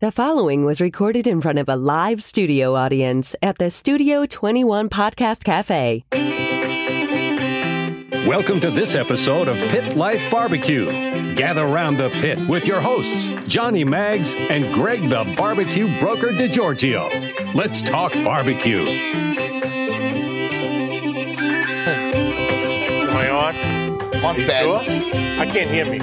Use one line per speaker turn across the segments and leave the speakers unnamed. The following was recorded in front of a live studio audience at the Studio 21 Podcast Cafe.
Welcome to this episode of Pit Life Barbecue. Gather round the pit with your hosts, Johnny Maggs and Greg the Barbecue Broker DiGiorgio. Let's talk barbecue.
Am I on?
Month
You
bag.
sure? I can't hear me.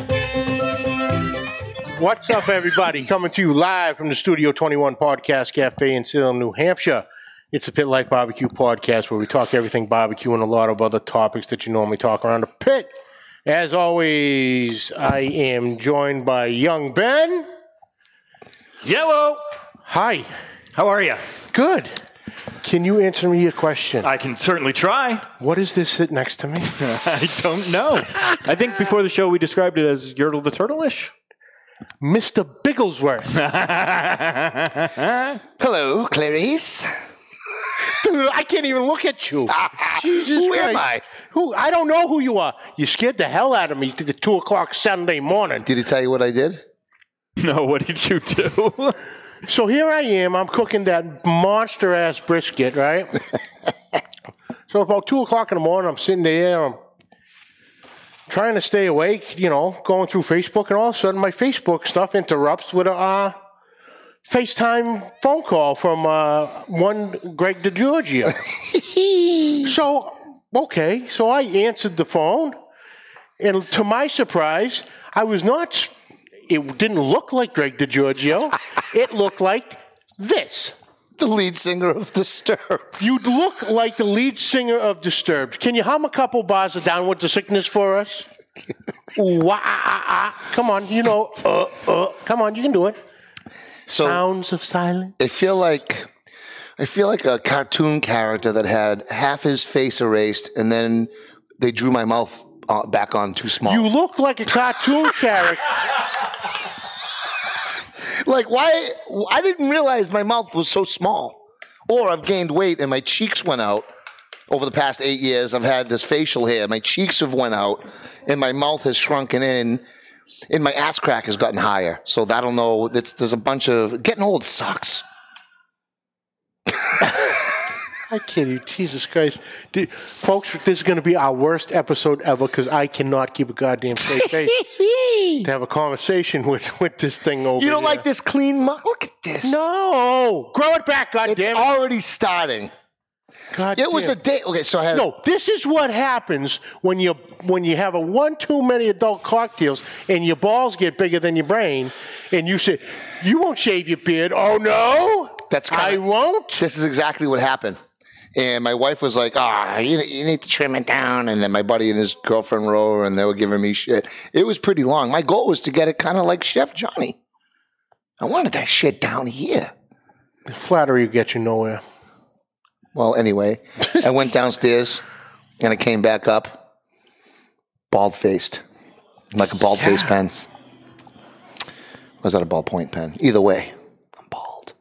What's up, everybody? Coming to you live from the Studio 21 Podcast Cafe in Salem, New Hampshire. It's the Pit Life Barbecue Podcast where we talk everything barbecue and a lot of other topics that you normally talk around the pit. As always, I am joined by young Ben.
Yellow.
Hi.
How are you?
Good. Can you answer me a question?
I can certainly try.
What is this sitting next to me?
I don't know. I think before the show we described it as Yertle the Turtle-ish.
Mr. Bigglesworth.
Hello, Clarice.
Dude, I can't even look at you. Jesus
Who
Christ.
am I?
Who I don't know who you are. You scared the hell out of me to the two o'clock Sunday morning.
Did he tell you what I did?
No, what did you do?
So here I am. I'm cooking that monster ass brisket, right? so about two o'clock in the morning, I'm sitting there. I'm trying to stay awake. You know, going through Facebook, and all of a sudden, my Facebook stuff interrupts with a uh, FaceTime phone call from uh, one Greg DiGiorgio. so okay, so I answered the phone, and to my surprise, I was not it didn't look like Greg DiGiorgio. it looked like this.
The lead singer of Disturbed.
You look like the lead singer of Disturbed. Can you hum a couple bars of Downward to Sickness for us? Ooh, wah, ah, ah, ah. Come on, you know. Uh, uh. Come on, you can do it. Sounds of silence.
I feel like I feel like a cartoon character that had half his face erased, and then they drew my mouth uh, back on too small.
You look like a cartoon character.
like why? I didn't realize my mouth was so small, or I've gained weight and my cheeks went out. Over the past eight years, I've had this facial hair. My cheeks have went out, and my mouth has shrunken in, and my ass crack has gotten higher. So I don't know. It's, there's a bunch of getting old sucks.
I kid you, Jesus Christ, Dude, folks! This is going to be our worst episode ever because I cannot keep a goddamn straight face to have a conversation with with this thing over.
You don't
here.
like this clean mug? Look at this.
No, grow it back, God
it's
damn it!
already starting.
God
It was
damn.
a day. Okay, so I had
no. This is what happens when you when you have a one too many adult cocktails and your balls get bigger than your brain, and you say, "You won't shave your beard." Oh no,
That's kinda-
I won't.
This is exactly what happened. And my wife was like, "Ah, you, you need to trim it down." And then my buddy and his girlfriend were over, and they were giving me shit. It was pretty long. My goal was to get it kind of like Chef Johnny. I wanted that shit down here.
Flattery will get you nowhere.
Well, anyway, I went downstairs, and I came back up, bald faced, like a bald faced pen. Was that a ballpoint pen? Either way, I'm bald.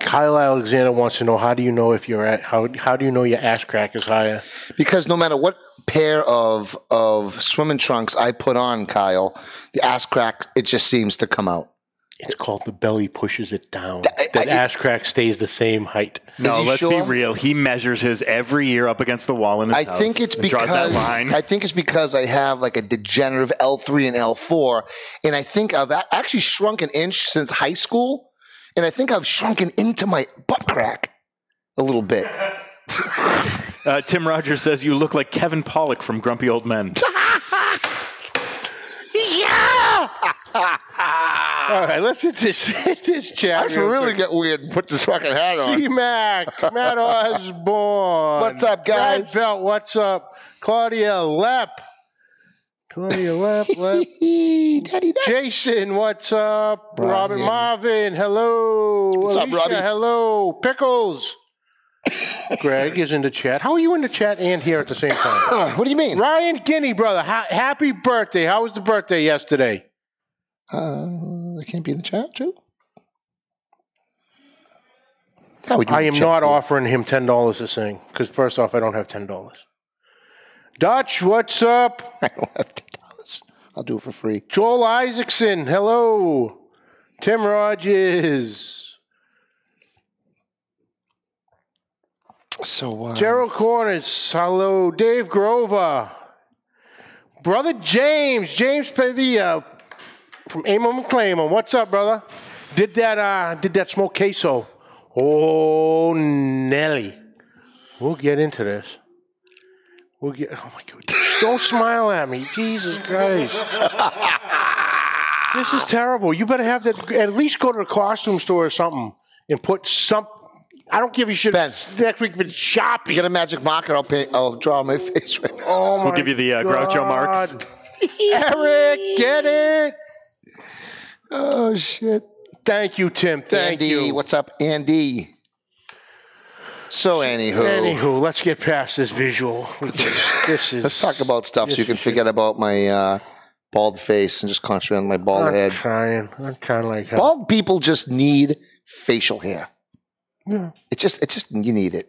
Kyle Alexander wants to know how do you know if you're at how how do you know your ass crack is higher?
Because no matter what pair of of swimming trunks I put on, Kyle, the ass crack it just seems to come out.
It's called the belly pushes it down.
I-
that
I-
ass crack stays the same height.
No,
Is he
let's
sure?
be real. He measures his every year up against the wall in his
I
house
think it's
and
because
draws that line.
I think it's because I have like a degenerative L three and L four, and I think I've a- actually shrunk an inch since high school, and I think I've shrunken into my butt crack a little bit.
uh, Tim Rogers says you look like Kevin Pollock from Grumpy Old Men.
All right, let's hit this hit this chat.
I should really get weird and put this fucking hat on.
C Mac, Matt Osborne.
What's up, guys?
Brad Belt, what's up? Claudia Lepp. Claudia Lepp, Lepp.
Daddy, daddy.
Jason, what's up? Robert
Brian.
Marvin, hello.
What's up,
Alicia,
Robbie?
Hello. Pickles. Greg is in the chat. How are you in the chat and here at the same time?
Uh, What do you mean?
Ryan Guinea, brother. Ha- happy birthday. How was the birthday yesterday?
Uh, I can't be in the chat too. How would you
I am
check
not
the-
offering him ten dollars to sing because first off, I don't have ten dollars. Dutch, what's up?
I don't have ten dollars. I'll do it for free.
Joel Isaacson, hello. Tim Rogers,
So uh,
Gerald Corners, hello, Dave Grover, brother James, James Pavia from Aim 'em and Claim 'em. What's up, brother? Did that? Uh, did that smoke queso? Oh, Nelly, we'll get into this. We'll get. Oh my God! Don't smile at me, Jesus Christ. This is terrible. You better have that. At least go to the costume store or something and put some. I don't give a shit.
Ben.
Next week, but shopping.
you got a magic marker? I'll paint. I'll draw my face right now.
Oh
We'll
my
give you the uh, Groucho Marx.
God. Eric, get it?
Oh shit!
Thank you, Tim. Thank
Andy,
you.
what's up, Andy? So anywho,
Anywho, let's get past this visual. because This is.
let's talk about stuff so you can forget about my uh, bald face and just concentrate on my bald
I'm
head.
trying. I'm trying like hell.
Bald people just need facial hair. It just, it just, you need it.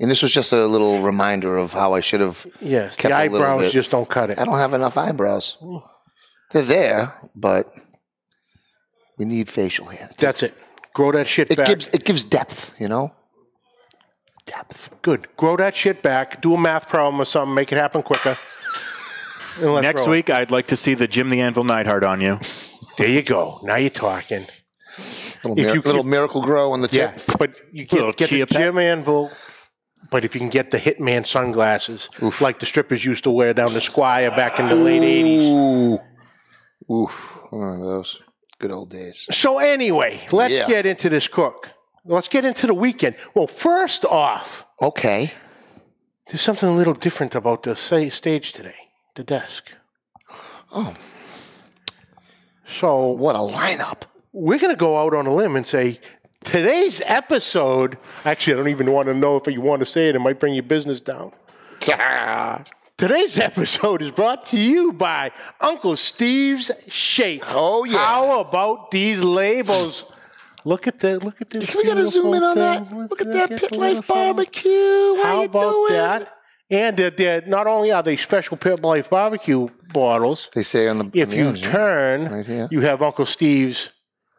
And this was just a little reminder of how I should have.
Yes,
kept
the
a little
eyebrows
bit.
just don't cut it.
I don't have enough eyebrows. They're there, but we need facial hair.
That's it. Grow that shit
It
back.
gives, it gives depth, you know. Depth.
Good. Grow that shit back. Do a math problem or something. Make it happen quicker. And let's
Next
roll.
week, I'd like to see the Jim the Anvil Neidhart on you.
There you go. Now you're talking.
Little,
If
mir-
you-
little miracle grow on the
Yeah,
tip.
but you
Little
get, get the
chia pet.
Jim Anvil. But if you can get the Hitman sunglasses, like the strippers used to wear down the Squire back in the late '80s.
Ooh. Oof. One of those good old days.
So anyway, let's
Yeah.
get into this cook. Let's get into the weekend. Well, first off,
Okay.
there's something a little different about the sa- stage today, the desk.
Oh.
So
What a lineup.
we're going to go out on a limb and say today's episode. Actually, I don't even want to know if you want to say it. It might bring your business down. Today's episode is brought to you by Uncle Steve's Shake.
Oh, yeah.
How about these labels? look at the look at this.
Can we get a zoom in
beautiful
on that?
thing. Let's
Look at
look
that
at
Pit
the
Life
little song.
barbecue. What
How
are you
about
doing?
that? And they're, they're- not only are they special Pit Life barbecue bottles,
They say on the
if
on
you
the-
turn,
Right here.
you have Uncle Steve's.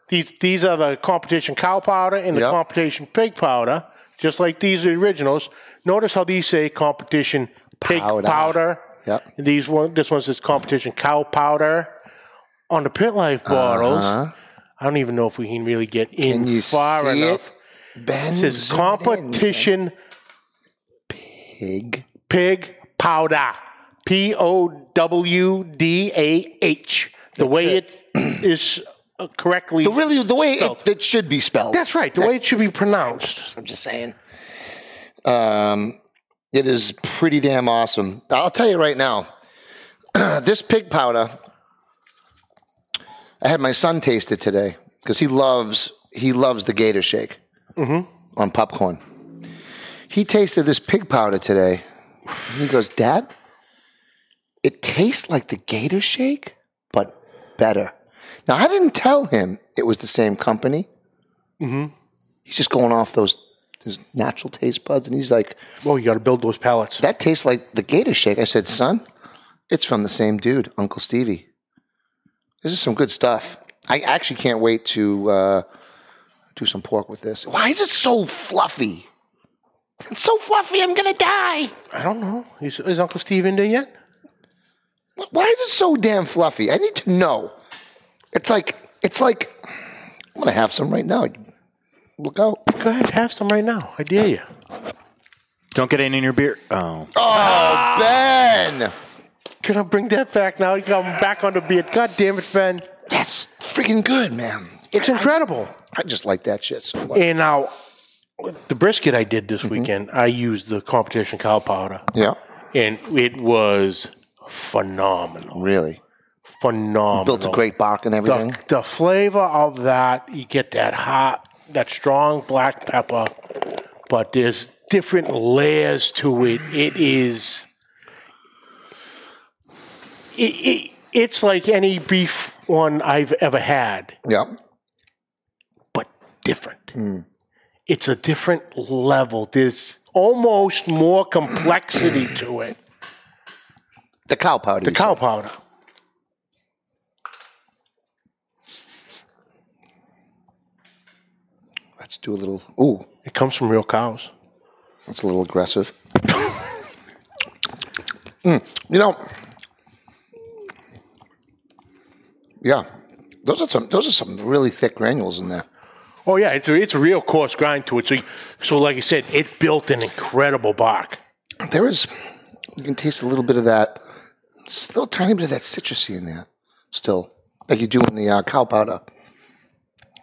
These these are the competition cow powder and the
Yep.
competition pig powder, just like these are the originals. Notice how these say competition pig
Powder.
powder.
Yep.
And these one this one says competition cow powder. On the pit life bottles,
Uh-huh.
I don't even know if we can really get in
Can you
far
see it?
enough.
Ben
It says
zoom in.
competition
Pig.
pig powder. P O W D A H. The way it is uh, correctly.
The really the way it,
Spelled.
it should be spelled.
That's right. The way it should be pronounced.
I'm just saying. Um, it is pretty damn awesome. I'll tell you right now, this pig powder. I had my son taste it today because he loves he loves the Gator Shake on popcorn. He tasted this pig powder today. And he goes, Dad, it tastes like the Gator Shake, but better. Now I didn't tell him it was the same company. He's just going off those his natural taste buds, and he's like,
Well, you got to build those palates.
"That tastes like the Gator Shake." I said, "Son, it's from the same dude, Uncle Stevie. This is some good stuff. I actually can't wait to uh, do some pork with this. Why is it so fluffy? It's so fluffy. I'm gonna die.
I don't know. Is, is Uncle Steve in there yet?
Why is it so damn fluffy? I need to know. It's like it's like I'm gonna have some right now. Look out.
Go ahead, have some right now. I dare you.
Don't get any in your beer. Oh,
Oh, Ben.
Can I bring that back now? You got 'em back on the beard. God damn it, Ben.
That's freaking good, man.
It's incredible.
I just like that shit so much.
And now, the brisket I did
Mm-hmm.
this weekend, I used the competition cow powder,
Yeah,
and it was phenomenal.
really.
Phenomenal.
Built a great bark and everything.
the, the flavor of that you get that hot that strong black pepper but there's different layers to it it is it, it, it's like any beef one i've ever had
Yeah.
but different it's a different level there's almost more complexity to it
The cow powder.
the
you
cow
said.
powder
Let's do a little. Ooh,
It comes from real cows.
that's a little aggressive. Mm, you know, yeah, those are some. Those are some really thick granules in there.
Oh yeah, it's a, it's a real coarse grind to it. So, you- so like I said, it built an incredible bark.
There is. You can taste a little bit of that. Just a little tiny bit of that citrusy in there, still, like you do in the uh, cow powder.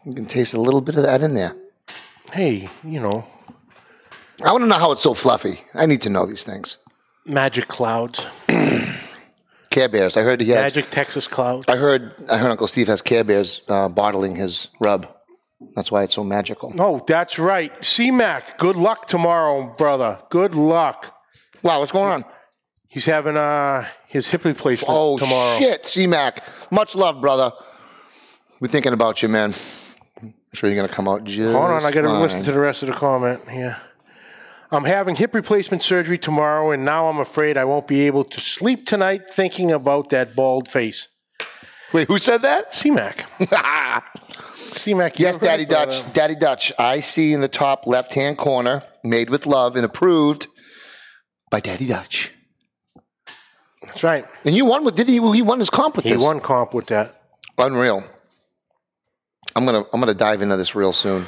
You can taste a little bit of that in there.
Hey, you know,
I want to know how it's so fluffy. I need to know these things.
magic clouds,
Care Bears. I heard he has.
magic Texas clouds.
I heard. I heard Uncle Steve has Care Bears uh, bottling his rub. That's why it's so magical.
Oh, that's right. C-Mac, good luck tomorrow, brother. Good luck.
Wow, what's going on?
He's having uh his hip replacement
Oh
tomorrow.
shit, C Mac. Much love, brother. We're thinking about you, man. I'm sure you're gonna come out just.
Hold on, I got to
fine.
listen to the rest of the comment. Yeah. I'm having hip replacement surgery tomorrow, and now I'm afraid I won't be able to sleep tonight thinking about that bald face.
Wait, who said that?
C-Mac. C-Mac.
Yes,
you're right,
Daddy Dutch.
brother.
Daddy Dutch. I see in the top left-hand corner, made with love and approved by Daddy Dutch.
That's right.
And you won with did he? He won his comp with
He
this.
won comp with that.
Unreal. I'm gonna I'm gonna dive into this real soon.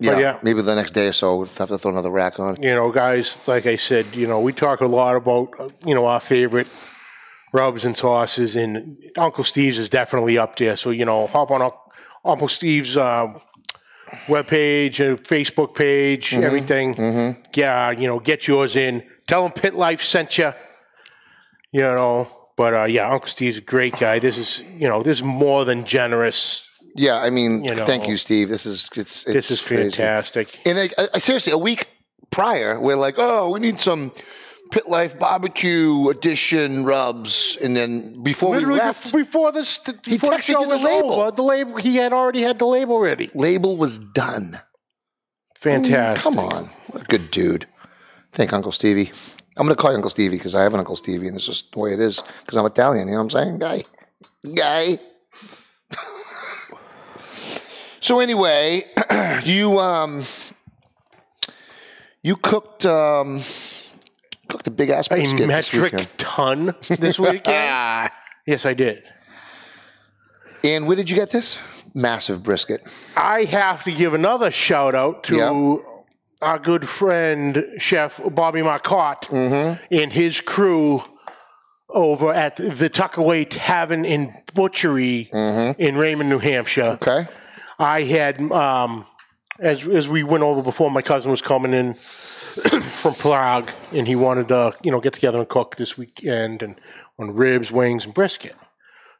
Yeah,
yeah.
maybe the next day or so. We'll have to throw another rack on.
you know, guys, like I said, you know, we talk a lot about, uh, you know, our favorite rubs and sauces, and Uncle Steve's is definitely up there. So, you know, hop on Unc- Uncle Steve's uh, webpage, uh, Facebook page, everything. Yeah, you know, get yours in. Tell him Pit Life sent you, you know. But uh, yeah, Uncle Steve's a great guy. This is, you know, this is more than generous.
Yeah, I mean,
You know.
thank you, Steve. This is it's, it's
This is
crazy.
fantastic.
And I, I, seriously, a week prior, we're like, oh, we need some pit life barbecue edition rubs, and then before
Literally
we left,
bef- before this, th-
He
before the
texted
show
you the
was
label.
over, the label he had already had the label ready.
label was done.
Fantastic.
Come on, what a good dude. Thank Uncle Stevie. I'm gonna call you Uncle Stevie because I have an Uncle Stevie, and it's just the way it is. Because I'm Italian, you know what I'm saying, guy, guy. so anyway, you um, you cooked um, cooked a big ass
A
brisket this
metric
weekend.
ton this weekend.
Ah.
yes, I did.
And where did you get this massive brisket?
I have to give another shout out to our good friend Chef Bobby Marcotte
Mm-hmm.
and his crew over at the Tuckaway Tavern and Butchery
Mm-hmm.
in Raymond, New Hampshire.
Okay,
I had um, as as we went over before, my cousin was coming in from Prague, and he wanted to you know get together and cook this weekend and on ribs, wings, and brisket.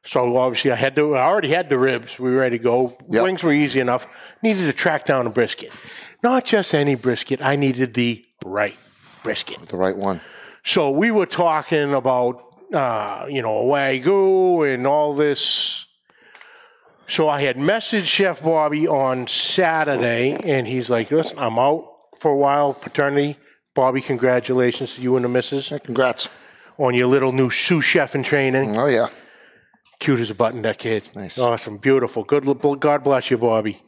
So obviously, I had to. I already had the ribs. We were ready to go.
Yep.
Wings were easy enough. Needed to track down a brisket, not just any brisket. I needed the right brisket.
the right one.
So we were talking about uh, you know wagyu and all this. So I had messaged Chef Bobby on Saturday, and he's like, "Listen, I'm out for a while, paternity. Bobby, congratulations to you and the missus
Congrats.
on your little new sous chef in training.
Oh yeah,
Cute as a button, that kid.
Nice.
awesome, beautiful. Good. l- God bless you, Bobby.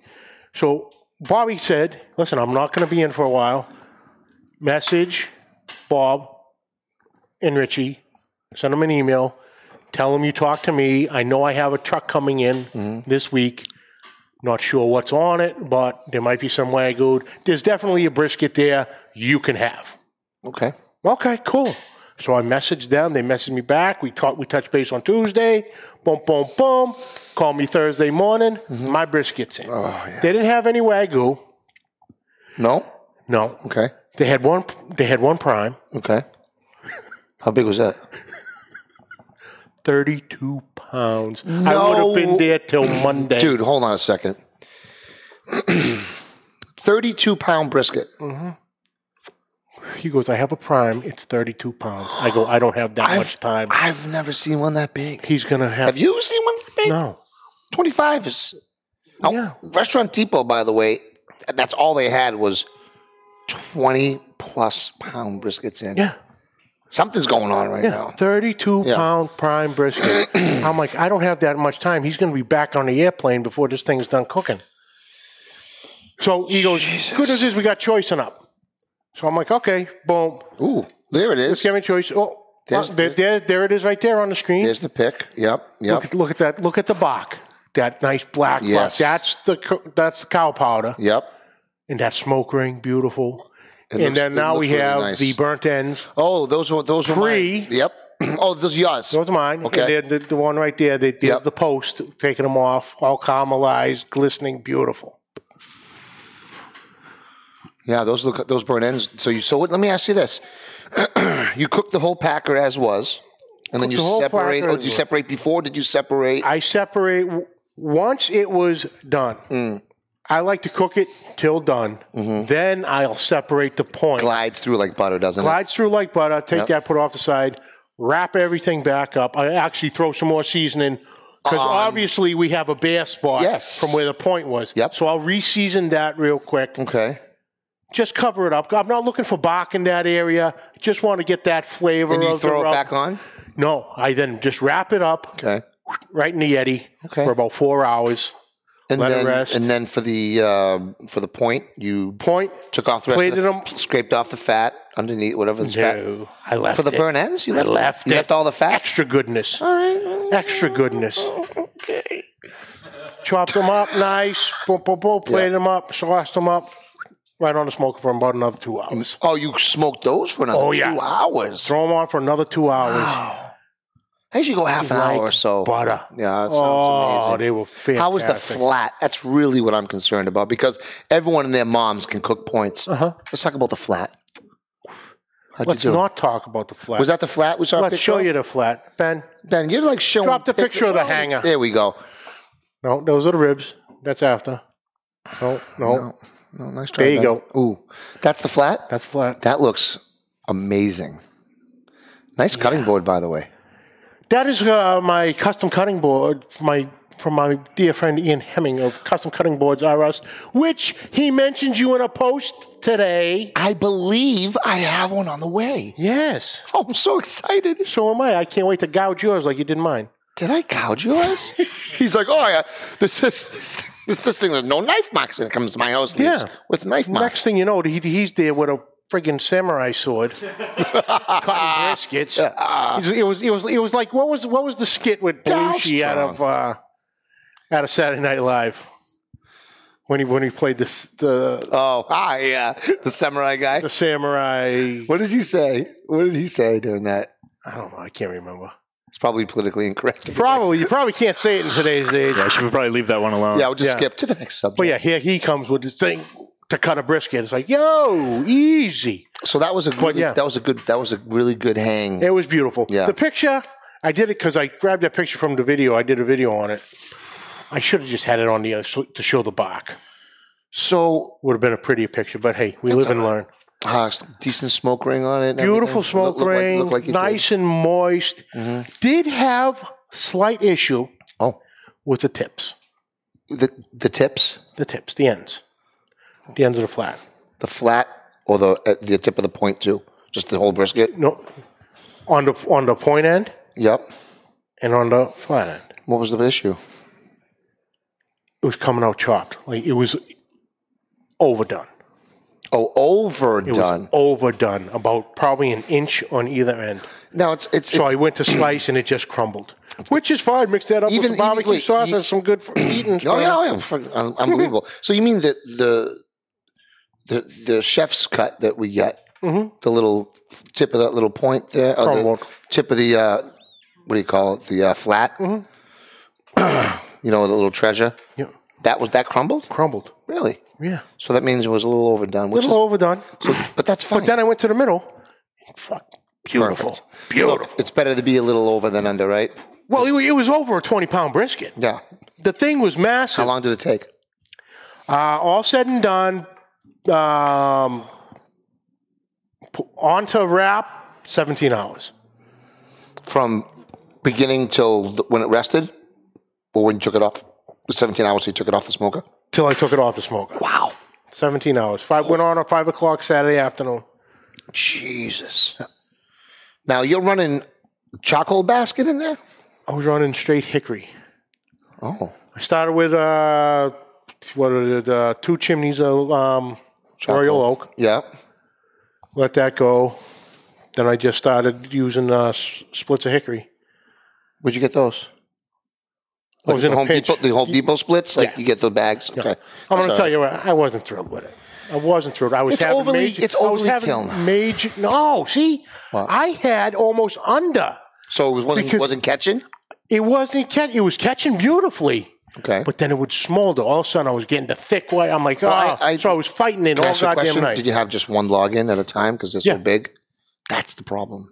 So Bobby said, "Listen, I'm not going to be in for a while. Message Bob and Richie. Send them an email. Tell them you talked to me. I know I have a truck coming in this week. Not sure what's on it, but there might be some wagyu. There's definitely a brisket there you can have."
okay.
Okay, cool. So I messaged them. They messaged me back. We talked. We touched base on Tuesday. Boom, boom, boom. Call me Thursday morning.
Mm-hmm.
My brisket's in.
Oh,
They didn't have any wagyu.
No,
No,
okay,
they had one. They had one prime,
okay. How big was that?
thirty-two pounds. I would have
No.
been there till Monday.
Dude, hold on a second. 32 pound brisket.
He goes, I have a prime. It's thirty-two pounds. I go, I don't have that much time.
I've never seen one that big.
He's gonna have.
Have you seen one that big?
No.
25 is. Oh,
Yeah.
Restaurant Depot, by the way, that's all they had was 20 plus pound briskets in.
Yeah.
Something's going on right
Yeah,
now.
32
Yeah.
pound prime brisket. I'm like, I don't have that much time. He's going to be back on the airplane before this thing's done cooking. So he goes, good news is we got choicing up. So I'm like, okay, boom.
Ooh, there it is.
Give me choice. Oh,
There's-
uh, there, there, there it is right there on the screen.
There's the pick. Yep,
Look,
yep,
at, look at that. Look at the Bach. That nice black
Yes.
Bach. That's the co- that's the cow powder
yep.
and that smoke ring, beautiful. and
looks-
then
it
now we
looks really
have
nice.
the burnt ends.
Oh, those were those were mine.
Pre-
Yep. oh, those are yours.
Those are mine.
Okay.
And then the, the one right there, the, there's
Yep.
the post, taking them off, all caramelized, glistening, beautiful.
Yeah, those look those burnt ends. So you so what, let me ask you this: you cook the whole packer as was, and then
Cook
you
the whole
separate.
packer
Oh,
as
did you
was.
separate before? Did you separate?
I separate w- once it was done.
Mm.
I like to cook it till done.
Mm-hmm.
Then I'll separate the point.
Glides through like butter, doesn't
Glides through like butter. Take
Yep.
that, put it off the side, wrap everything back up. I actually throw some more seasoning because obviously we have a bare spot
Um, Yes.
from where the point was.
Yep.
So I'll re-season that real quick.
it? Okay.
Just cover it up. I'm not looking for Bach in that area. Just want to get that flavor
And you
of the
throw it
rub.
back on.
No, I then just wrap it up
Okay.
right in the Yeti
Okay.
for about four hours.
And
Let it
then
rest.
and then for the uh, for the point, you
Point.
took off the rest of
plated
the,
'em.
scraped off the fat underneath whatever's fat.
No, I left
For the
it.
burnt ends, you left,
I
it-
left
you
it.
left all the fat.
Extra goodness.
All right.
Extra goodness.
Okay.
chopped them up nice, boom, boom, boom, plated them up, sauced them up, right on the smoker for about another two hours.
Oh, you smoked those for another
Oh,
two
yeah.
hours.
Throw them on for another two hours.
I usually go half an
Like
hour or so.
Butter.
Yeah, that sounds
Oh,
amazing.
they were fantastic.
How was the flat? That's really what I'm concerned about because everyone and their moms can cook points.
Uh-huh.
Let's talk about the flat. How'd
Let's
you do?
not talk about the flat.
was that the flat? Was our
Let's
picture?
show you the flat, Ben.
Ben, you're like showing.
Drop the
pictures.
picture of the hanger.
There we go.
No, those are the ribs. That's after. No, no,
Oh, nice try.
There you
Ben. Ooh, that's the flat.
that's flat.
That looks amazing. Nice cutting board, by the way.
That is uh, my custom cutting board. From my from my dear friend Ian Hemming of Custom Cutting Boards R Us, which he mentioned you in a post today.
I believe I have one on the way.
Yes.
Oh, I'm so excited.
So am I. I can't wait to gouge yours like you did mine.
did I gouge yours? He's like, oh yeah, this is this, this, this thing. There's no knife marks when it comes to my house. leaves
Yeah.
with knife marks.
Next thing you know, he, he's there with a friggin' samurai sword, cutting briskets.
Ah,
It was it was it was like what was what was the skit with Belushi out of uh, out of Saturday Night Live when he when he played this the
oh, ah, yeah, the samurai guy.
the samurai.
What does he say? What did he say during that?
I don't know. I can't remember.
It's probably politically incorrect.
Probably you probably can't say it in today's age.
I should probably leave that one alone.
Yeah, I'll just
Yeah.
skip to the next subject.
But yeah, here he comes with this thing to cut a brisket. It's like yo, easy.
So that was a good.
yeah.
That was a good. That was a really good hang.
It was beautiful.
Yeah.
The picture, I did it because I grabbed that picture from the video. I did a video on it. I should have just had it on the uh, sh- to show the bark.
So
Would have been a prettier picture, but hey, we live and learn.
uh, decent smoke ring on it. and
Beautiful
everything.
smoke
Look- look like-
ring,
look like you did. Mm-hmm.
nice and moist. Did have slight issue
Oh,
with the tips,
the the tips,
the tips, the ends, the ends of the flat.
the flat, or the at the tip of the point too. Just the whole brisket.
No, on the on the point end
Yep.
and on the flat end,
What was the issue?
it was coming out chopped. Like it was overdone.
Oh,
It
overdone.
was overdone, about probably an inch on either end.
now it's it's,
So I
it's-
went to slice and it just crumbled, which is fine. Mix that up
Even-
with some barbecue
even-
sauce.
wait,
That's some good for eating.
oh yeah, oh, yeah fuck, un- unbelievable. so you mean that the the the chef's cut that we get
Mm-hmm.
the little tip of that little point there, or the
Crumbled.
tip of the uh, what do you call it? The uh, flat.
Mm-hmm.
you know, the little treasure.
Yeah.
That was that crumbled.
crumbled.
Really.
Yeah,
So that means it was a little overdone,
a
which
little overdone.
is, but that's fine.
But then I went to the middle. Fuck, beautiful, beautiful.
Look, it's better to be a little over than under, right?
well, it, wa- it was over a twenty-pound brisket.
Yeah.
The thing was
How
massive.
long did it take?
Uh, all said and done, um, p- on to wrap, seventeen hours.
from beginning till th- when it rested, or when you took it off. The 17 hours you took it off the smoker.
till I took it off the smoker.
Wow.
17 hours. Five went on at five o'clock Saturday afternoon.
Jesus. Now you're running charcoal basket in there.
I was running straight hickory.
Oh,
I started with uh, what are the, the two chimneys of um, Royal Oak.
Yeah.
let that go. Then I just started using uh, s- splits of hickory.
Where'd you get those?
I Oh, was
the
in a
Home
pinch.
Depot, the Home Depot splits, like
Yeah.
you get the bags. Okay.
I'm going
Sorry.
to tell you, what, I wasn't thrilled with it. I wasn't thrilled. I was
It's
having
overly-
major.
it's
I was
overly
having
kiln.
major. No, see,
What?
I had almost under.
So it was, wasn't,
Because-
wasn't catching.
It wasn't catch. It was catching beautifully,
Okay.
but then it would smolder. All of a sudden, I was getting the thick white. I'm like, oh.
I- I-
so I was fighting it
Can I
all
ask you a
goddamn
question?
night.
Did you have just one login at a time because they're
Yeah.
so big? That's the problem.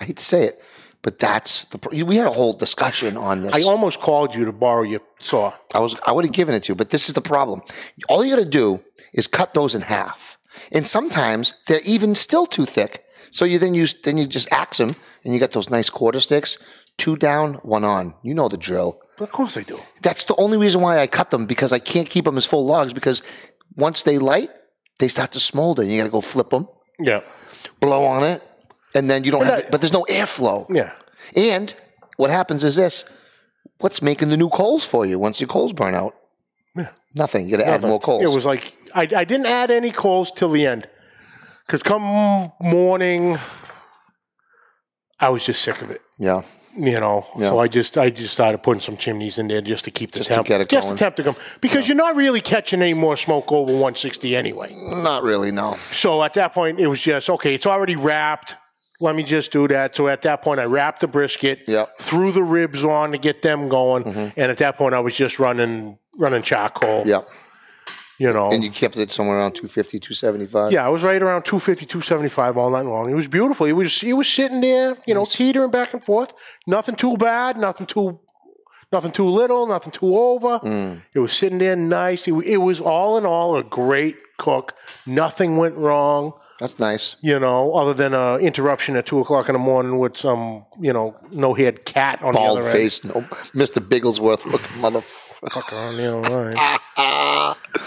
I hate to say it, but that's the pro- we had a whole discussion on this.
I almost called you to borrow your saw.
I was I would have given it to you, but this is the problem. All you got to do is cut those in half, and sometimes they're even still too thick. So you then use then you just axe them, and you got those nice quarter sticks, two down, one on. You know the drill.
But of course I do.
That's the only reason why I cut them because I can't keep them as full logs because once they light, they start to smolder. You got to go flip them,
Yeah,
blow on it, and then you don't.
But
have
I-
But there's no airflow.
yeah.
And what happens is this: what's making the new coals for you once your coals burn out? Nothing. You got to add more coals.
It was like I, I didn't add any coals till the end, because come morning, I was just sick of it.
yeah.
You know,
Yeah.
so I just I just started putting some chimneys in there just to keep the
Just to
temp,
get it
just
going.
to temp to come because you're not really catching any more smoke over 160 anyway.
Not really. No.
So at that point, it was just okay. It's already wrapped. Let me just do that. So at that point, I wrapped the brisket,
Yep. Mm-hmm.
threw the ribs on to get them going, and at that point, I was just running running charcoal.
Yeah.
you know,
And you kept it somewhere around 250, 275.
Yeah, I was right around 250, 275 all night long. It was beautiful. It was it was sitting there, you know, teetering back and forth. Nothing too bad, nothing too nothing too little, nothing too over.
Mm.
It was sitting there nice. It, wa- it was all in all a great cook. Nothing went wrong,
That's nice.
you know, other than an interruption at two o'clock in the morning with some, you know, no haired cat on the
Bald
other
face. No, Mr. Bigglesworth looking motherfucker.
end. Fucker on the other
Ah,
end.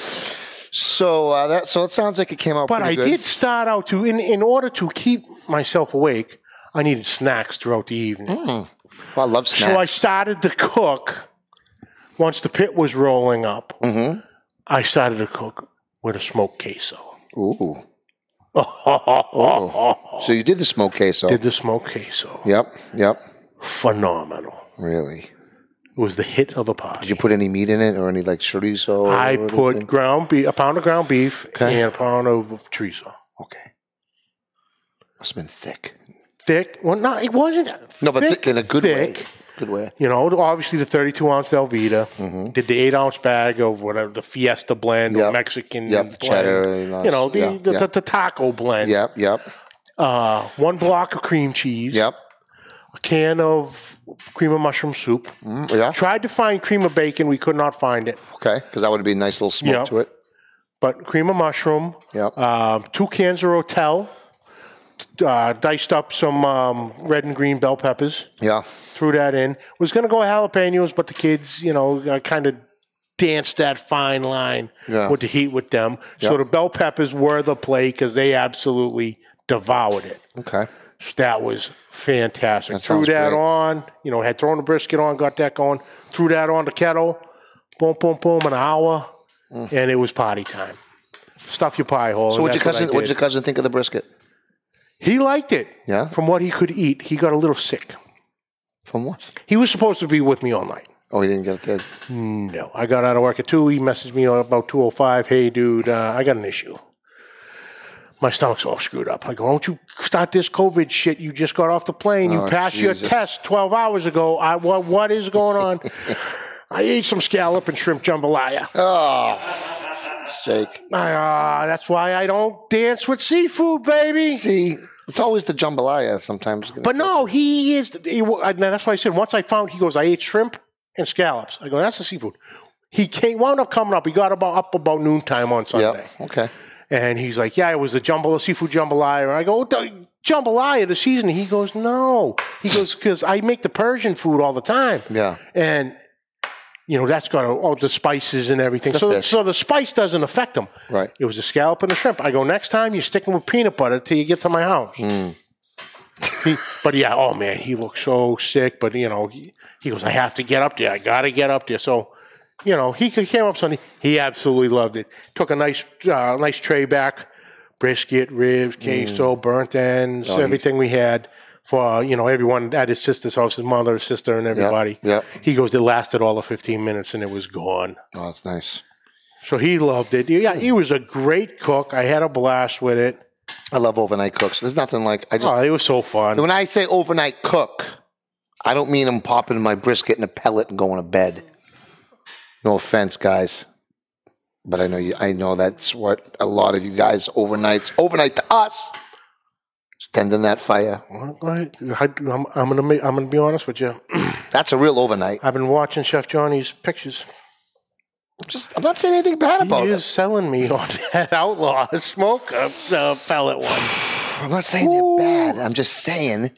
So uh, that so it sounds like it came out.
But
pretty
I
good.
did start out to in in order to keep myself awake, I needed snacks throughout the evening.
Well, I love
So I
Mm, snacks.
started to cook once the pit was rolling up.
Mm-hmm.
I started to cook with a smoked queso.
Ooh.
Did
So you did the smoke queso.
the smoked queso.
Yep. Yep.
Phenomenal.
Really.
It was the hit of the pot.
Did you put any meat in it or any like chorizo? or
I
anything?
put ground beef, a pound of ground beef
Okay.
and a pound of chorizo.
Okay. Must have been thick.
Thick. Well, no, it wasn't.
No, but thick, in a good
thick.
way. Good way.
You know, obviously the 32 ounce Velveeta. Did the eight ounce bag of whatever the Fiesta blend, or
Mm-hmm. Yep.
Mexican
Yep,
blend.
cheddar,
you know, the,
yeah,
the,
yeah.
the, the taco blend.
Yep, yep,
uh, one block of cream cheese,
yep.
a can of cream of mushroom soup.
Mm, yeah.
Tried to find cream of bacon, we could not find it.
Okay, because that would be a nice little smoke
Yep.
to it.
But cream of mushroom,
Yep.
um, two cans of Rotel, uh, diced up some um, red and green bell peppers,
yeah.
threw that in. Was going to go jalapenos, but the kids, you know, uh, kind of danced that fine line
Yeah.
with the heat with them. So
Yep.
the bell peppers were the play because they absolutely devoured it.
Okay.
That was fantastic.
That
threw
sounds
that
great.
on, you know, had thrown the brisket on, got that going, threw that on the kettle, boom, boom, boom, an hour, and it was party time. Stuff your pie hole.
Mm. So, what'd
and
your
that's
cousin?
what I
What would
did.
your cousin think of the brisket?
He liked it.
Yeah?
From what he could eat, he got a little sick.
From what?
He was supposed to be with me all night.
Oh, he didn't get it. Did.
No, I got out of work at two. He messaged me about two o five. Hey, dude, uh, I got an issue. My stomach's all screwed up. I go, don't you start this COVID shit. You just got off the plane. You
Oh,
passed
Jesus.
your test twelve hours ago. I what, what is going on? I ate some scallop and shrimp jambalaya.
Oh, f- sake.
I, uh, that's why I don't dance with seafood, baby.
See, it's always the jambalaya. Sometimes.
But no, he is. He, and that's why I said once I found he goes, I ate shrimp and scallops. I go, that's the seafood. He came, wound up coming up. He got about up about noontime on Sunday.
Yep. Okay.
And he's like, "Yeah, it was the jumbo seafood jambalaya." And I go, "The "Jambalaya, the seasoning." He goes, "No." He goes, "Because I make the Persian food all the time."
Yeah.
And you know that's got all the spices and everything.
It's the
so,
fish.
so the spice doesn't affect them.
Right.
It was a scallop and a shrimp. I go, "Next time, you're sticking with peanut butter till you get to my house." He- but yeah, oh man, he looked so sick. But you know, he, he goes, "I have to get up there. I got to get up there." So you know, he he came up Sunday. He absolutely loved it. Took a nice uh, nice tray back, brisket, ribs, queso, burnt ends, everything we had for you know everyone at his sister's house, his mother, his sister, and everybody.
yeah.
He goes, it lasted all of fifteen minutes, and it was gone.
Oh, that's nice.
So he loved it. Yeah, he was a great cook. I had a blast with it.
I love overnight cooks. There's nothing like I just
Oh, it was so fun.
when I say overnight cook, I don't mean I'm popping my brisket in a pellet and going to bed. No offense, guys, but I know you. I know that's what a lot of you guys overnights overnight to us. is Tending that fire.
Well, go ahead. I, am I'm gonna ma- I'm gonna be honest with you.
That's a real overnight.
I've been watching Chef Johnny's pictures.
Just I'm not saying anything bad
He
about
is
it.
selling me on that outlaw smoke uh, uh, pellet one.
I'm not saying they're bad. I'm just saying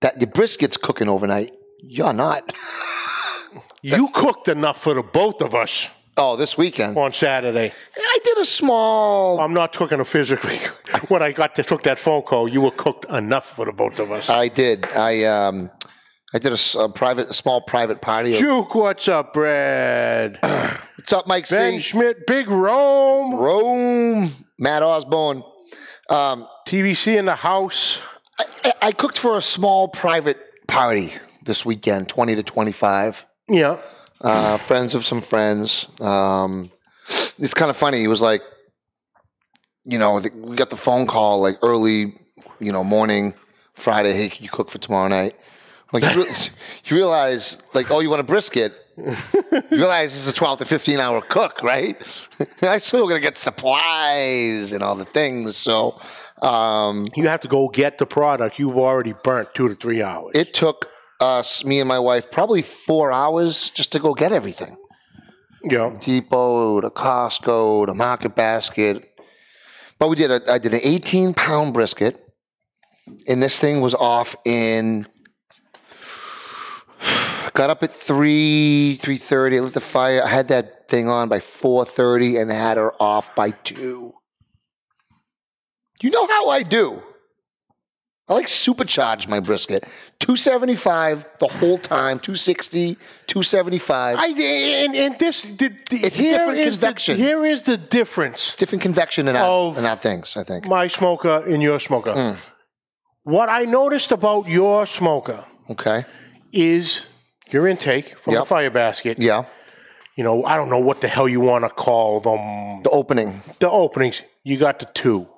that your brisket's cooking overnight. You're not.
You cooked enough for the both of us
Oh, this weekend.
on Saturday.
I did a small
I'm not cooking it physically. when I got to took that phone call, you were cooked enough for the both of us.
I did. I um, I did a, s- a private, a small private party.
Juke, what's up, Brad?
What's up, Mike?
ben
C?
Schmidt, Big Rome,
Rome, Matt Osborne. Um,
TVC in the house.
I, I- I cooked for a small private party this weekend, twenty to twenty-five
Yeah,
uh, friends of some friends. Um, it's kind of funny. He was like, you know, the, we got the phone call like early, you know, morning Friday. Hey, can you cook for tomorrow night? Like you, re- you realize, like, oh, you want a brisket? you realize it's a twelve to fifteen hour cook, right? I still gonna get supplies and all the things. So um,
you have to go get the product. You've already burnt two to three hours.
it took us, me and my wife, probably four hours just to go get everything.
yeah,
Depot to Costco to Market Basket. But we did a I did an 18 pound brisket, and this thing was off in. Got up at three three thirty. Lit the fire. I had that thing on by four thirty, and had her off by two. You know how I do. I like supercharge my brisket. 275 the whole time, 260, 275.
I and, and this the, the,
It's a
here
different
is the-
convection.
here is the difference.
different convection in our,
Of-
in our things, I think.
my smoker and your smoker.
Mm.
What I noticed about your smoker
Okay.
is your intake from
Yep.
the fire basket.
Yeah.
You know, I don't know what the hell you want to call them.
The opening.
The openings, you got the two.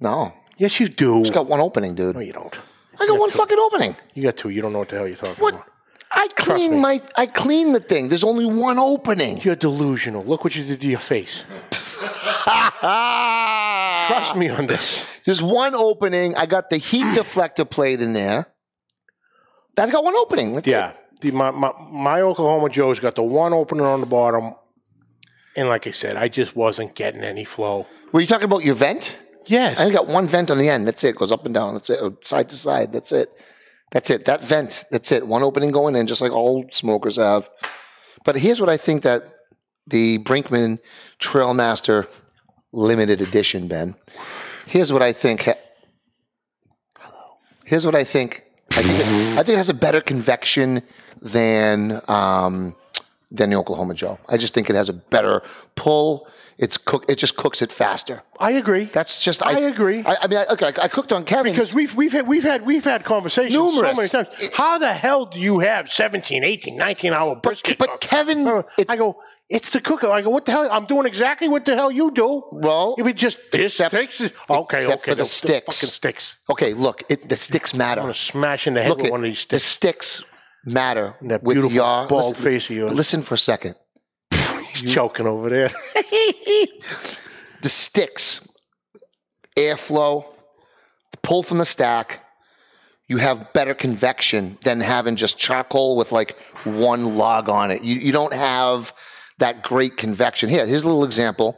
No.
Yes, you do.
It's got one opening, dude.
no, you don't.
I got one fucking opening.
You got two. You don't know what the hell you're talking
What?
about.
I clean
me.
my I clean the thing. There's only one opening.
You're delusional. Look what you did to your face.
Ah!
Trust me on this.
There's one opening. I got the heat deflector plate in there. That's got one opening. That's
Yeah. The, my, my, my Oklahoma Joe's got the one opening on the bottom. And like I said, I just wasn't getting any flow.
it. Were you talking about your vent?
Yes.
I only got one vent on the end. That's it. Goes up and down. That's it. Or side to side. That's it. That's it. That vent. That's it. One opening going in, just like all smokers have. But here's what I think that the Brinkman Trailmaster Limited Edition, Ben. Here's what I think. Ha- here's what I think. I think, it, I think it has a better convection than um, than the Oklahoma Joe. I just think it has a better pull. It's cook. It just cooks it faster.
I agree.
That's just.
I agree.
I, I mean, I, okay, I, I cooked on Kevin's
because we've we've had we've had we've had conversations
Numerous.
so many times. How the hell do you have 17, 18, 19 hour brisket?
but Kevin,
Uh,
it's-
I go, it's the cooker. I go, what the hell? I'm doing exactly what the hell you do.
Well,
it was just this
except-
sticks. is- Okay,
except
okay,
for the sticks.
fucking sticks.
okay. Look, it, the sticks
I'm
matter.
gonna smash in the head
Look,
with
it-
one of these
the
sticks.
sticks matter
And that
with
beautiful
your
bald
listen-
face of yours.
Listen for a second.
He's choking over there.
The sticks, airflow, the pull from the stack. You have better convection than having just charcoal with like one log on it. You you don't have that great convection. Here, here's a little example.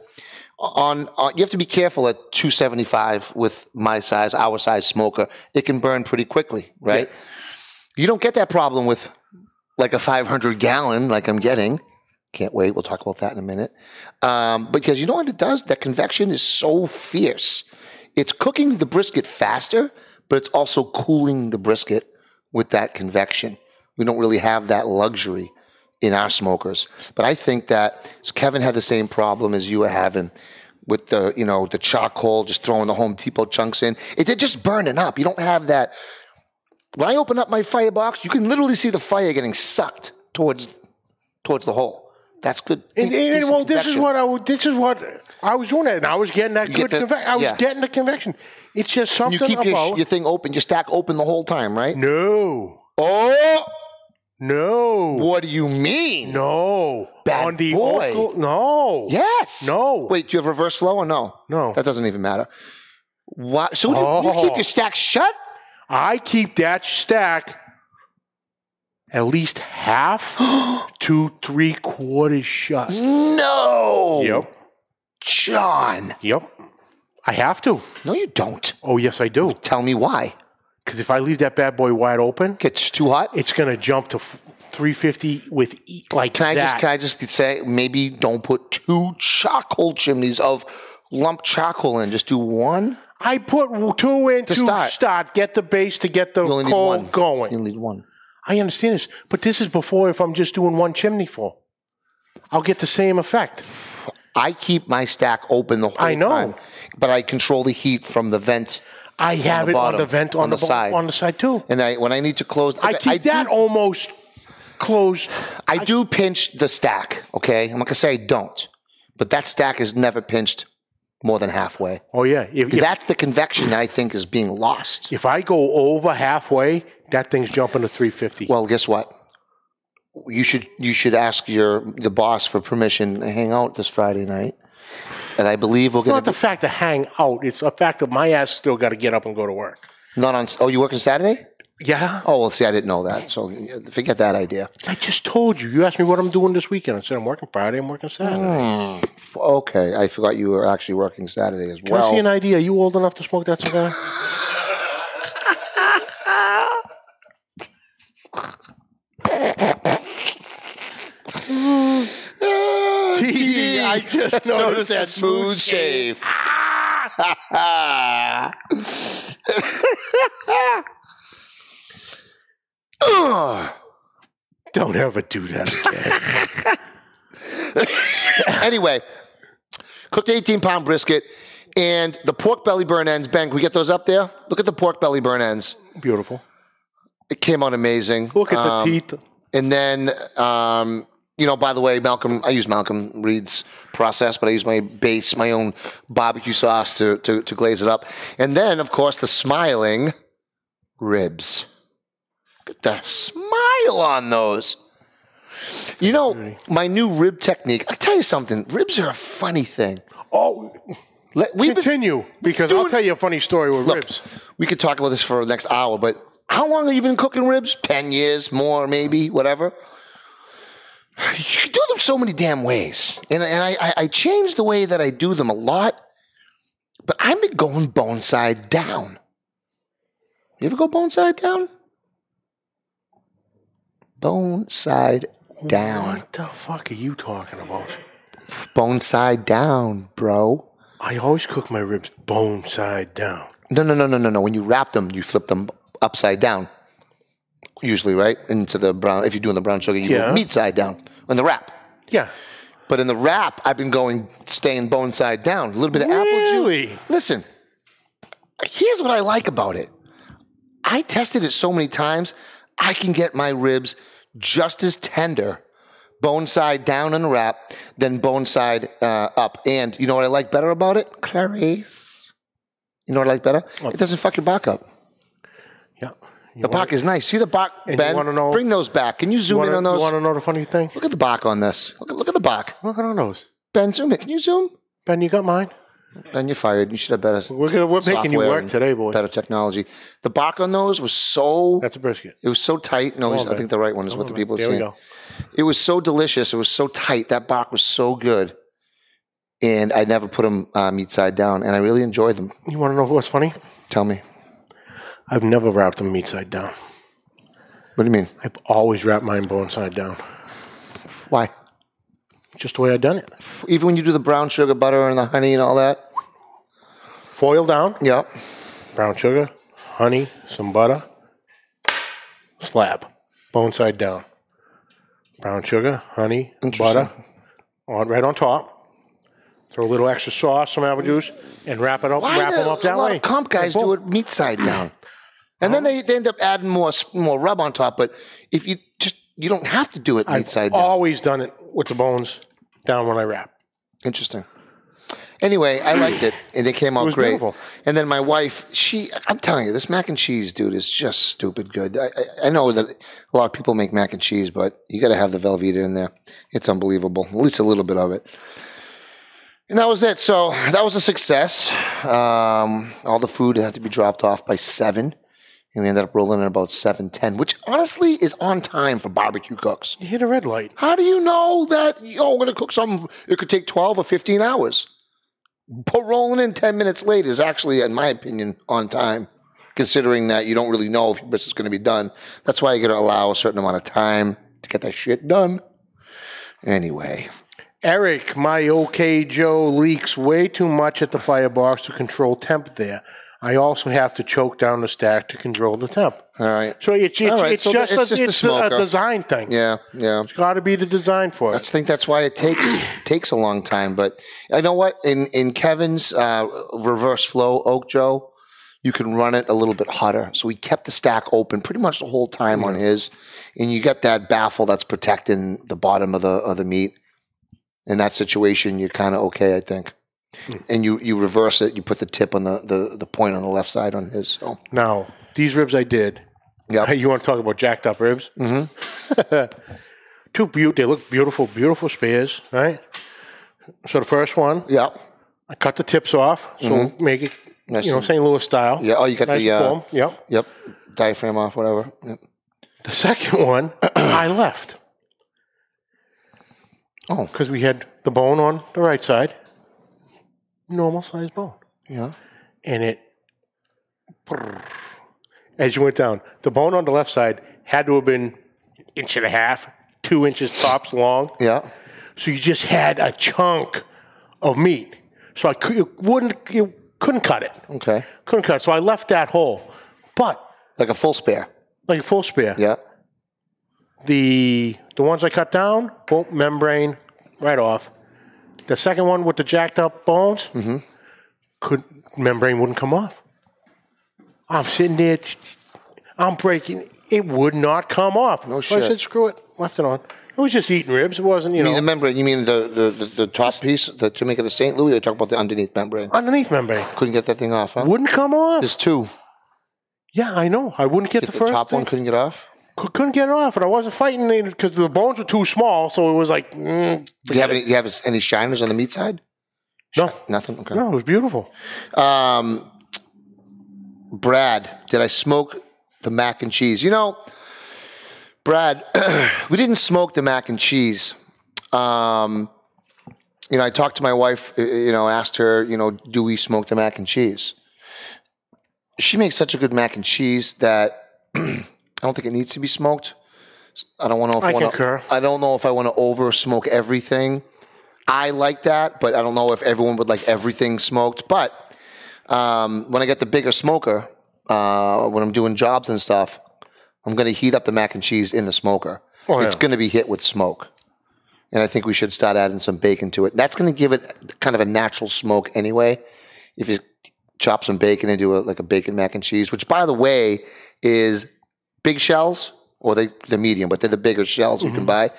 on, on you have to be careful at 275 with my size our size smoker it can burn pretty quickly right you don't get that problem with like a 500 gallon like i'm getting can't wait we'll talk about that in a minute um, because you know what it does that convection is so fierce it's cooking the brisket faster but it's also cooling the brisket with that convection we don't really have that luxury in our smokers. But I think that Kevin had the same problem as you were having with the you know the charcoal, just throwing the Home Depot chunks in. It, they're just burning up. You don't have that. When I open up my firebox, you can literally see the fire getting sucked towards towards the hole. That's good.
And, and- and,
decent
well, this is
convection.
what I would- this is what I was doing it, and I was getting that
get
good
the-
convection. I was
yeah.
getting the convection. It's just
you
something
keep your, sh-
about
your thing open, your stack open the whole time, right?
no,
Oh,
no,
what do you mean?
no.
Bad
on the
boy.
Oakle- no,
Yes.
no.
Wait, do you have reverse flow or no?
No.
That doesn't even matter. Why? So you- you,
Oh.
keep your stack shut?
I keep that stack at least half to three quarters shut.
No.
Yep,
John.
yep. I have to.
No, you don't.
Oh yes, I do.
Tell me why.
Because if I leave that bad boy wide open,
Gets too hot.
it's gonna jump to f- 350 with e- like
Can I
that.
just can I just say maybe don't put two charcoal chimneys of lump charcoal in. Just do one.
I put two in to,
start.
start. get the base to get the
You only need
coal
one.
going.
You'll need one.
I understand this, but this is before if I'm just doing one chimney full. I'll get the same effect.
I keep my stack open the whole
I know.
time, but I control the heat from the vent.
I have
the
it on
bottom,
the vent on,
on the
bo-
side.
on the side too.
And I, when I need to close,
I keep
do-
that almost closed.
I do pinch the stack, okay? I'm not gonna say I don't, but that stack is never pinched more than halfway.
Oh yeah, if if,
That's the convection that I think is being lost.
if I go over halfway, that thing's jumping to 350.
Well, guess what? You should you should ask your the boss for permission to hang out this Friday night. And I believe we're
it's
gonna
not the fact of hang out; it's a fact that my ass still got to get up and go to work.
be, not on. Oh, you working Saturday?
Yeah,
Oh, well, see, I didn't know that, so yeah, forget that idea.
I just told you. You asked me what I'm doing this weekend. I said I'm working Friday. I'm working Saturday.
Hmm, Okay, I forgot you were actually working Saturday as
Can I see
well.
an ID? Are you old enough to smoke that cigar?
TD, I just noticed that smooth shave.
Don't ever do that again.
anyway, cooked 18 pound brisket and the pork belly burn ends. Ben, can we get those up there? Look at the pork belly burn ends.
Beautiful.
It came out amazing.
Look at
Um,
the teeth.
And then, um, you know, by the way, Malcolm, I use Malcolm Reed's process, but I use my base, my own barbecue sauce to, to, to glaze it up. And then, of course, the smiling ribs. Look at the smile on those. You know, my new rib technique, I'll tell you something, ribs are a funny thing.
Oh,
Let, we've been-
continue because I'll tell you a funny story with
Look,
ribs.
we could talk about this for the next hour, but how long have you been cooking ribs? 10 years, more, maybe, whatever. You can do them so many damn ways. And, and I, I, I changed the way that I do them a lot, but I've been going bone side down. You ever go bone side down? Bone side down.
What the fuck are you talking about?
Bone side down, bro.
I always cook my ribs bone side down.
No, no, no, no, no, no. When you wrap them, you flip them upside down, usually, right? Into the brown. If you're doing the brown sugar, you
Yeah.
go meat side down in the wrap.
Yeah.
But in the wrap, I've been going, staying bone side down. A little bit of apple
Really?
juice. Listen, here's what I like about it. I tested it so many times, I can get my ribs just as tender, bone side down in the wrap, than bone side uh, up. And you know what I like better about it? Clarice. You know what I like better? It doesn't fuck your back up.
Yeah. You
The Bach is nice. See the Bach,
And you
Ben.
wanna know-
Bring those back. Can you zoom
wanna,
in on those?
You want to know the funny thing?
Look at the Bach on this. Look at, look at the Bach.
Look at those.
Ben, zoom in. Can you zoom?
Ben, you got mine?
Ben, you're fired. You should have better.
We're gonna we're making you
software
work
and
today, boy.
Better technology. The Bach on those was so.
That's a brisket.
it was so tight. No,
Come
he's-
on,
I
Ben.
think the right one is what the people are
There we
saying.
go.
It was so delicious. It was so tight. That Bach was so good, and I never put them uh, meat side down, and I really enjoyed them.
You want to know what's funny?
Tell me,
I've never wrapped them meat side down.
what do you mean?
I've always wrapped mine bone side down,
Why?
just the way I done it.
Even when you do the brown sugar butter and the honey and all that.
Foil down,
Yep.
brown sugar, honey, some butter, slab, bone side down. brown sugar, honey, butter, on right on top. Throw a little extra sauce, some apple juice, and wrap it up.
Why
wrap
do
them up that
a lot
way.
of comp guys do it meat side down, and then they, they end up adding more s- more rub on top. But if you just you don't have to do it meat
I've
side down.
always done it with the bones down when I wrap.
Interesting. Anyway, I liked it, and they came out
was
great.
beautiful.
And then my wife, she, I'm telling you, this mac and cheese, dude, is just stupid good. I, I, I know that a lot of people make mac and cheese, but you got to have the Velveeta in there. It's unbelievable, at least a little bit of it. And that was it. So that was a success. Um, all the food had to be dropped off by seven, and they ended up rolling in about seven ten, which honestly is on time for barbecue cooks.
You hit a red light.
How do you know that oh, I'm going to cook something? It could take 12 or 15 hours. But rolling in 10 minutes late is actually, in my opinion, on time, considering that you don't really know if your business is going to be done. That's why you got to allow a certain amount of time to get that shit done. Anyway,
Eric, my OK Joe leaks way too much at the firebox to control temp there. I also have to choke down the stack to control the temp.
all right.
So it's, it's,
All right,
it's,
so
just,
it's
a,
just a
it's a,
smoker.
design thing.
Yeah, yeah.
It's got to be the design
I
for it.
just think that's why it takes takes a long time. But I know what in in Kevin's uh, reverse flow oak Joe, you can run it a little bit hotter. So he kept the stack open pretty much the whole time on his, and you got that baffle that's protecting the bottom of the of the meat. In that situation, you're kind of okay, I think. And you you reverse it. You put the tip on the the, the point on the left side on his. So
Now, these ribs I did.
yeah,
You want to talk about jacked up ribs? Mm-hmm. Two beautiful, they look beautiful, beautiful spears, right? So the first one,
yeah,
I cut the tips off, so make it,
Mm-hmm. Nice
you know,
and-
St. Louis style.
yeah. Oh, you got
nice
the
and
uh,
form. Yep.
yep diaphragm off, whatever. Yep.
The second one, I left.
Oh.
Because we had the bone on the right side, normal size bone.
Yeah.
And it, as you went down, the bone on the left side had to have been inch and a half, two inches tops long.
Yeah.
So you just had a chunk of meat. So I cou- it wouldn't, you couldn't cut it.
Okay.
Couldn't cut it. So I left that whole. But
Like a full spare.
like a full spear,
Yeah.
the the ones I cut down, boom, membrane right off. The second one with the jacked up bones,
Mm-hmm.
could membrane wouldn't come off. I'm sitting there, t- t- I'm breaking. It would not come off. No
shit.
I said, screw it, left it on. It was just eating ribs. It wasn't, you
You mean
know,
the membrane? You mean the, the, the, the top piece, the Jamaica, the St. Louis? They talk about the underneath membrane.
underneath membrane.
Couldn't get that thing off. Huh?
Wouldn't come off.
There's two.
yeah, I know. I wouldn't get,
The,
the, first
top
thing.
one couldn't get off.
Cou- Couldn't get it off, and I wasn't fighting it because the bones were too small. So it was like, mm,
Do you have any? Do you have any shiners on the meat side?
no,
Nothing. Okay.
no, it was beautiful.
Um, Brad, did I smoke the mac and cheese? You know, Brad, we didn't smoke the mac and cheese. Um, you know, I talked to my wife, uh, you know, asked her, you know, do we smoke the mac and cheese? She makes such a good mac and cheese that I don't think it needs to be smoked. I don't want to.
I concur.
I don't know if I want to over smoke everything. I like that, but I don't know if everyone would like everything smoked. But um, when I get the bigger smoker, uh, when I'm doing jobs and stuff, I'm going to heat up the mac and cheese in the smoker.
Oh,
It's
yeah.
going to be hit with smoke. And I think we should start adding some bacon to it. That's going to give it kind of a natural smoke anyway. If you chop some bacon and do a, like a bacon mac and cheese, which by the way is big shells or they they're medium, but they're the bigger shells you can buy.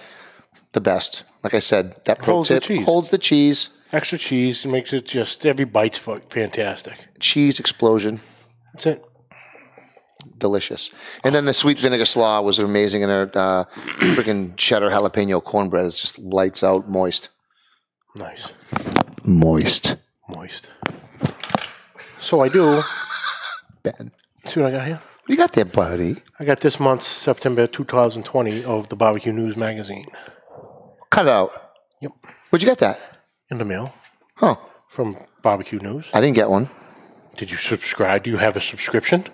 The best, like I said, that pro
Mm-hmm. Holds the
tip
cheese.
holds the cheese.
extra cheese makes it just every bite's fu- fantastic.
Cheese explosion.
That's it.
delicious. And then the sweet vinegar slaw was amazing, and her uh, freaking cheddar jalapeno cornbread is just lights out, moist,
Nice,
moist.
moist. So I do.
Ben,
See what I got here?
you got there, buddy.
I got this month's September 2020 of the Barbecue News magazine
Cut it out.
Yep.
Where'd you get that?
in the mail
Huh?
from Barbecue News.
I didn't get one.
Did you subscribe? Do you have a subscription?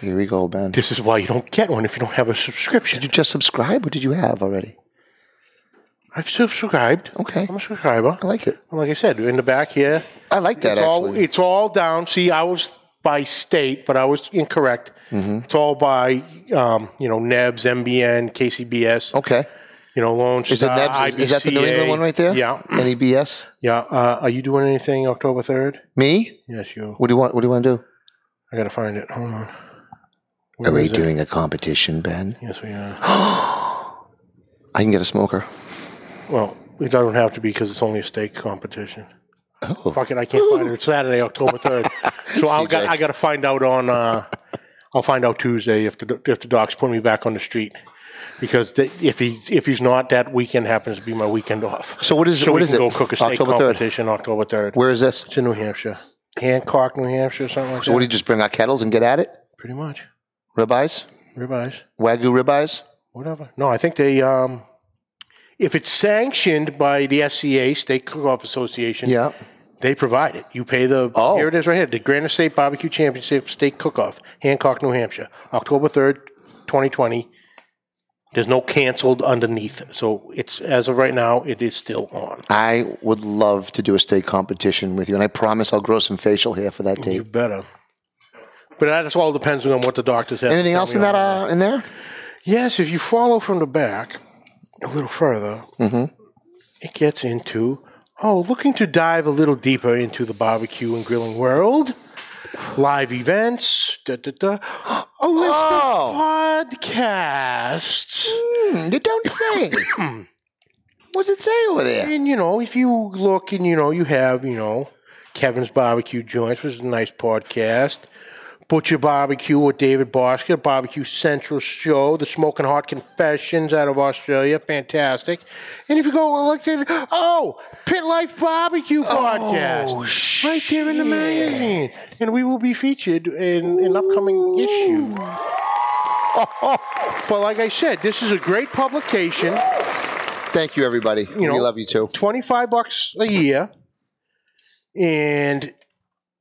Here we go, Ben. Did
This is why you don't get one if you don't have a subscription.
you just subscribe, or did you have already?
I've subscribed.
Okay,
I'm a subscriber.
I like it.
Like I said, in the back here,
I like that
it's all
actually.
it's all down. See, I was by state, but I was incorrect.
Mm-hmm.
It's all by um, you know NEBS, MBN, KCBS,
Okay.
you know Lone
Oh.
Star,
Is it Nebs? Is, is that the New
IBCA.
England one right there? E
Yeah,
NEBS?
yeah. Uh, are you doing anything October third?
Me?
Yes, you.
What do you want? What do you want to do?
I gotta find it. Hold on.
Are
Where
we
is it?
doing a competition, Ben?
Yes, we are.
I can get a smoker.
Well, it doesn't have to be because it's only a steak competition.
Oh.
Fuck it, I can't find it. It's Saturday, October third. So I'll got,
CJ.
I got to find out on. Uh, I'll find out Tuesday if the if the docs put me back on the street because the, if he if he's not, that weekend happens to be my weekend off.
So what is
So
what
we
is
can
it?
go cook a steak
October third.
competition October third.
Where is this?
It's in New Hampshire, Hancock, New Hampshire, something like
So
that.
what do you just bring our kettles and get at it?
Pretty much
Ribeyes,
ribeyes,
wagyu ribeyes.
whatever. No, I think they. Um, if it's sanctioned by the SCA, State Cook-Off Association,
Yeah.
They provide it. You pay the.
Oh.
Here it is right here. The Granite State Barbecue Championship State Cook-Off, Hancock, New Hampshire, October 3rd, 2020. There's no canceled underneath. So it's as of right now, it is still on.
I would love to do a steak competition with you, and I promise I'll grow some facial hair for that
You
date.
better. But that just all depends on what the doctors have. to
Anything
tell
else
me
in that
on
uh, in there?
Yes, if you follow from the back a little further,
Mhm.
it gets into oh, looking to dive a little deeper into the barbecue and grilling world, live events, da da da. A list of podcasts.
Hmm, you don't say. What's it say over there?
And you know, if you look and you know, you have, you know, Kevin's Barbecue Joints, which is a nice podcast. Butcher Barbecue with David Boskett, Barbecue Central Show, The Smoking Hot Confessions out of Australia, fantastic. And if you go, well, look at, oh, Pit Life Barbecue
Oh,
Podcast, right there in the magazine. And we will be featured in an upcoming issue. But like I said, this is a great publication.
Thank you, everybody.
know-
we love you too.
25 bucks a year. And,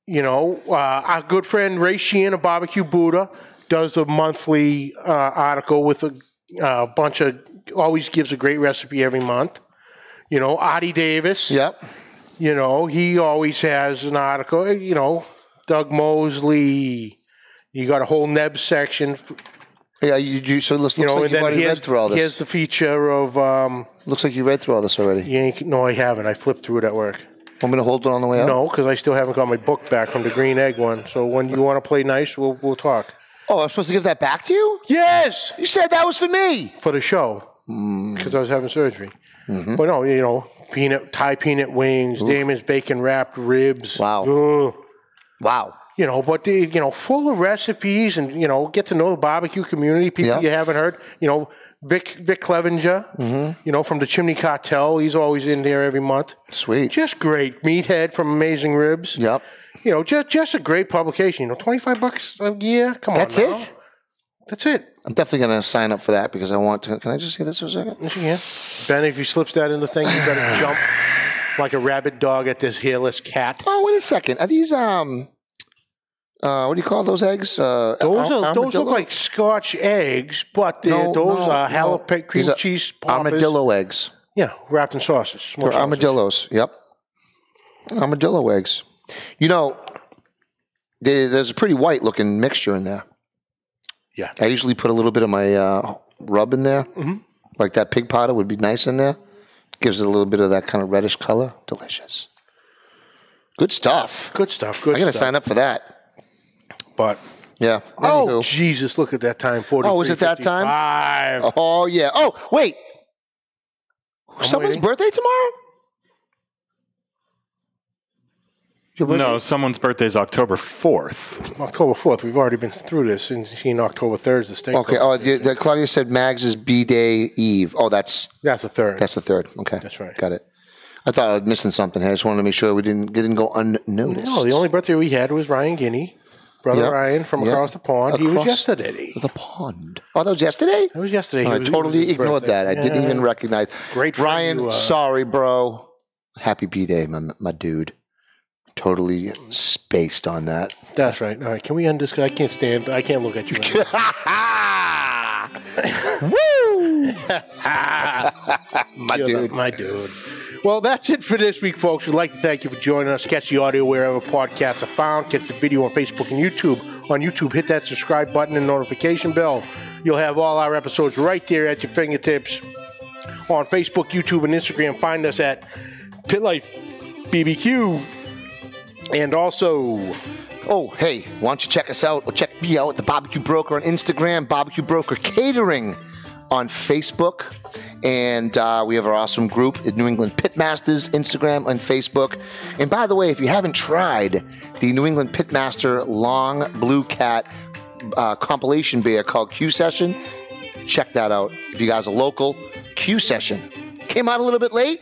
you know, uh, our good friend Ray Sheehan of Barbecue Buddha does a monthly uh, article with a uh, bunch of, always gives a great recipe every month. You know, Adi Davis,
Yep.
you know, he always has an article. eh, You know, Doug Mosley, you got a whole Neb section, f-
Yeah. You, you so it looks,
you
looks
know,
like
and
you've
then
already
he
read
has,
through all
he
this.
has the feature of um,
looks like you read through all this already.
Yankee. No, I haven't. I flipped through it at work.
Want me to hold it on the way out?
No, because I still haven't got my book back from the Green Egg one. So when you want to play nice, we'll we'll talk.
Oh, I'm supposed to give that back to you?
Yes,
You said that was for me.
for the show
Mm.
because I was having surgery.
Mm-hmm.
But no, you know, peanut Thai peanut wings, Damon's bacon wrapped ribs.
Wow.
Ugh.
Wow.
You know, but the, you know, full of recipes and you know, get to know the barbecue community, people
Yeah.
you haven't heard. You know, Vic Vic Clevenger,
Mm-hmm.
you know, from the Chimney Cartel, he's always in there every month.
Sweet.
Just great meathead from Amazing Ribs.
Yep.
you know, just just a great publication. You know, twenty five bucks a year. Come
That's
on, now.
it?
That's it.
I'm definitely going to sign up for that because I want to. Can I just see this for a second?
Yes, you can. Ben, if he slips that in the thing, he's gonna jump like a rabid dog at this hairless cat.
Oh, wait a second. Are these um, uh, what do you call those eggs? Uh,
Those
ar-
are those look
armadillo?
like Scotch eggs, but they're-
No,
those
no,
are
no.
jalapeno cream
These are
cheese poppers.
armadillo eggs.
Yeah, wrapped in sauces. smoked
They're
sauces.
armadillos. Yep. Armadillo eggs. You know, they, there's a pretty white looking mixture in there.
Yeah.
I usually put a little bit of my uh, rub in there. Mm-hmm. Like that pig powder would be nice in there. Gives it a little bit of that kind of reddish color. Delicious. Good stuff.
Good stuff. Good
I gotta
stuff.
sign up for that.
But
Yeah.
oh
Anywho.
Jesus, look at that time. Forty.
Oh, is it that time?
Five.
oh yeah. Oh wait. Someone's
waiting.
birthday tomorrow. Your birthday?
No, someone's birthday is October 4th.
October fourth. We've already been through this, and seeing October third is the steak.
Okay. Oh, the, the, Claudia said Mags is B Day Eve. Oh, that's
that's the third.
that's the third. Okay.
That's right.
Got it. I thought I was missing something here. I just wanted to make sure we didn't didn't go unnoticed.
No, the only birthday we had was Ryan Guinea, brother
Yep.
Ryan from
Yep.
across the pond. he was
Across-
yesterday.
the pond. Oh, that was yesterday.
That was
I
yesterday. It was- it was
totally
his
ignored
birthday.
that. I didn't
Yeah.
even recognize.
Great friend
Ryan,
you, uh,
sorry, bro. Happy B Day, my, my dude. Totally spaced on that.
That's right. All right, can we end this? 'Cause I can't stand. I can't look at you. Right
Woo! my
now. You're the-
dude.
my dude. Well, that's it for this week, folks. We'd like to thank you for joining us. Catch the audio wherever podcasts are found. Catch the video on Facebook and YouTube. On YouTube, hit that subscribe button and notification bell. You'll have all our episodes right there at your fingertips. On Facebook, YouTube, and Instagram, find us at Pit Life BBQ. And also,
Oh, hey, why don't you check us out or check me out at the Barbecue Broker on Instagram, Barbecue Broker Catering on Facebook. And uh, we have our awesome group at New England Pitmasters, Instagram and Facebook. And by the way, if you haven't tried the New England Pitmaster Long Blue Cat uh, compilation beer called Q Session, check that out. If you guys are local, Q Session. Came out a little bit late,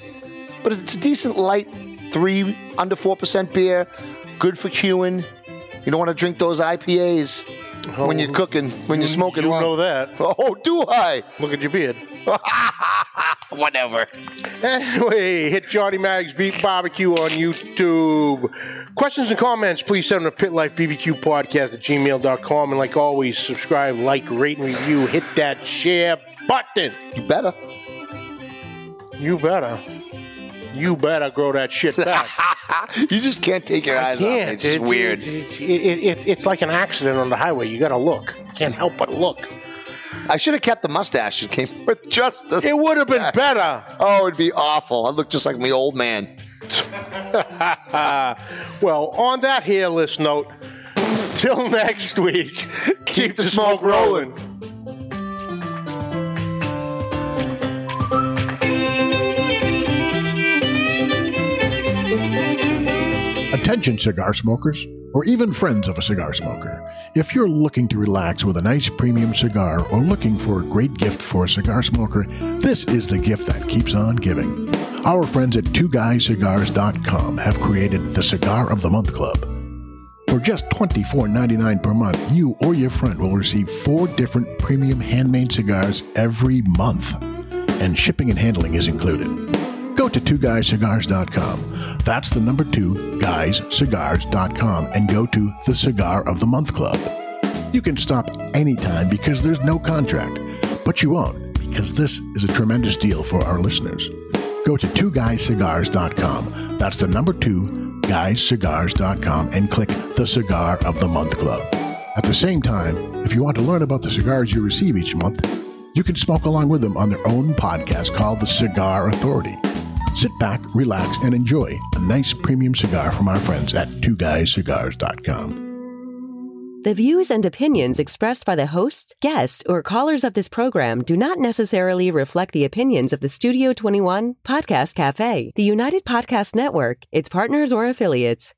but it's a decent light three under four percent beer. Good for queuing. You don't want to drink those IPAs when you're cooking, when you're smoking.
Oh. you
long.
know that.
Oh, do I?
Look at your beard.
Whatever.
Anyway, hit Johnny Mags Beef Barbecue on YouTube. Questions and comments, please send them to pitlifebbqpodcast at gmail.com. And like always, subscribe, like, rate, and review. Hit that share button.
You better.
You better. You better grow that shit back.
You just can't take your eyes off. it. It's just weird.
It's, it- it- it's like an accident on the highway. You got to look. Can't help but look.
I should have kept the mustache. It came with just the.
It would have been better.
Oh, it'd be awful. I look just like my old man.
Well, on that hairless note, till next week, keep, the, smoke rolling.
Attention, cigar smokers, or even friends of a cigar smoker. If you're looking to relax with a nice premium cigar or looking for a great gift for a cigar smoker, this is the gift that keeps on giving. Our friends at twoguyscigars.com have created the Cigar of the Month Club. For just $24.99 per month, you or your friend will receive four different premium handmade cigars every month, and shipping and handling is included go to twoguyscigars.com. That's the number two, guyscigars.com, and go to the Cigar of the Month Club. You can stop anytime because there's no contract, but you won't because this is a tremendous deal for our listeners. Go to twoguyscigars.com. That's the number two, guyscigars.com, and click the Cigar of the Month Club. At the same time, if you want to learn about the cigars you receive each month, you can smoke along with them on their own podcast called The Cigar Authority. Sit back, relax, and enjoy a nice premium cigar from our friends at twoguyscigars.com.
The views and opinions expressed by the hosts, guests, or callers of this program do not necessarily reflect the opinions of the Studio 21 Podcast Cafe, the United Podcast Network, its partners, or affiliates.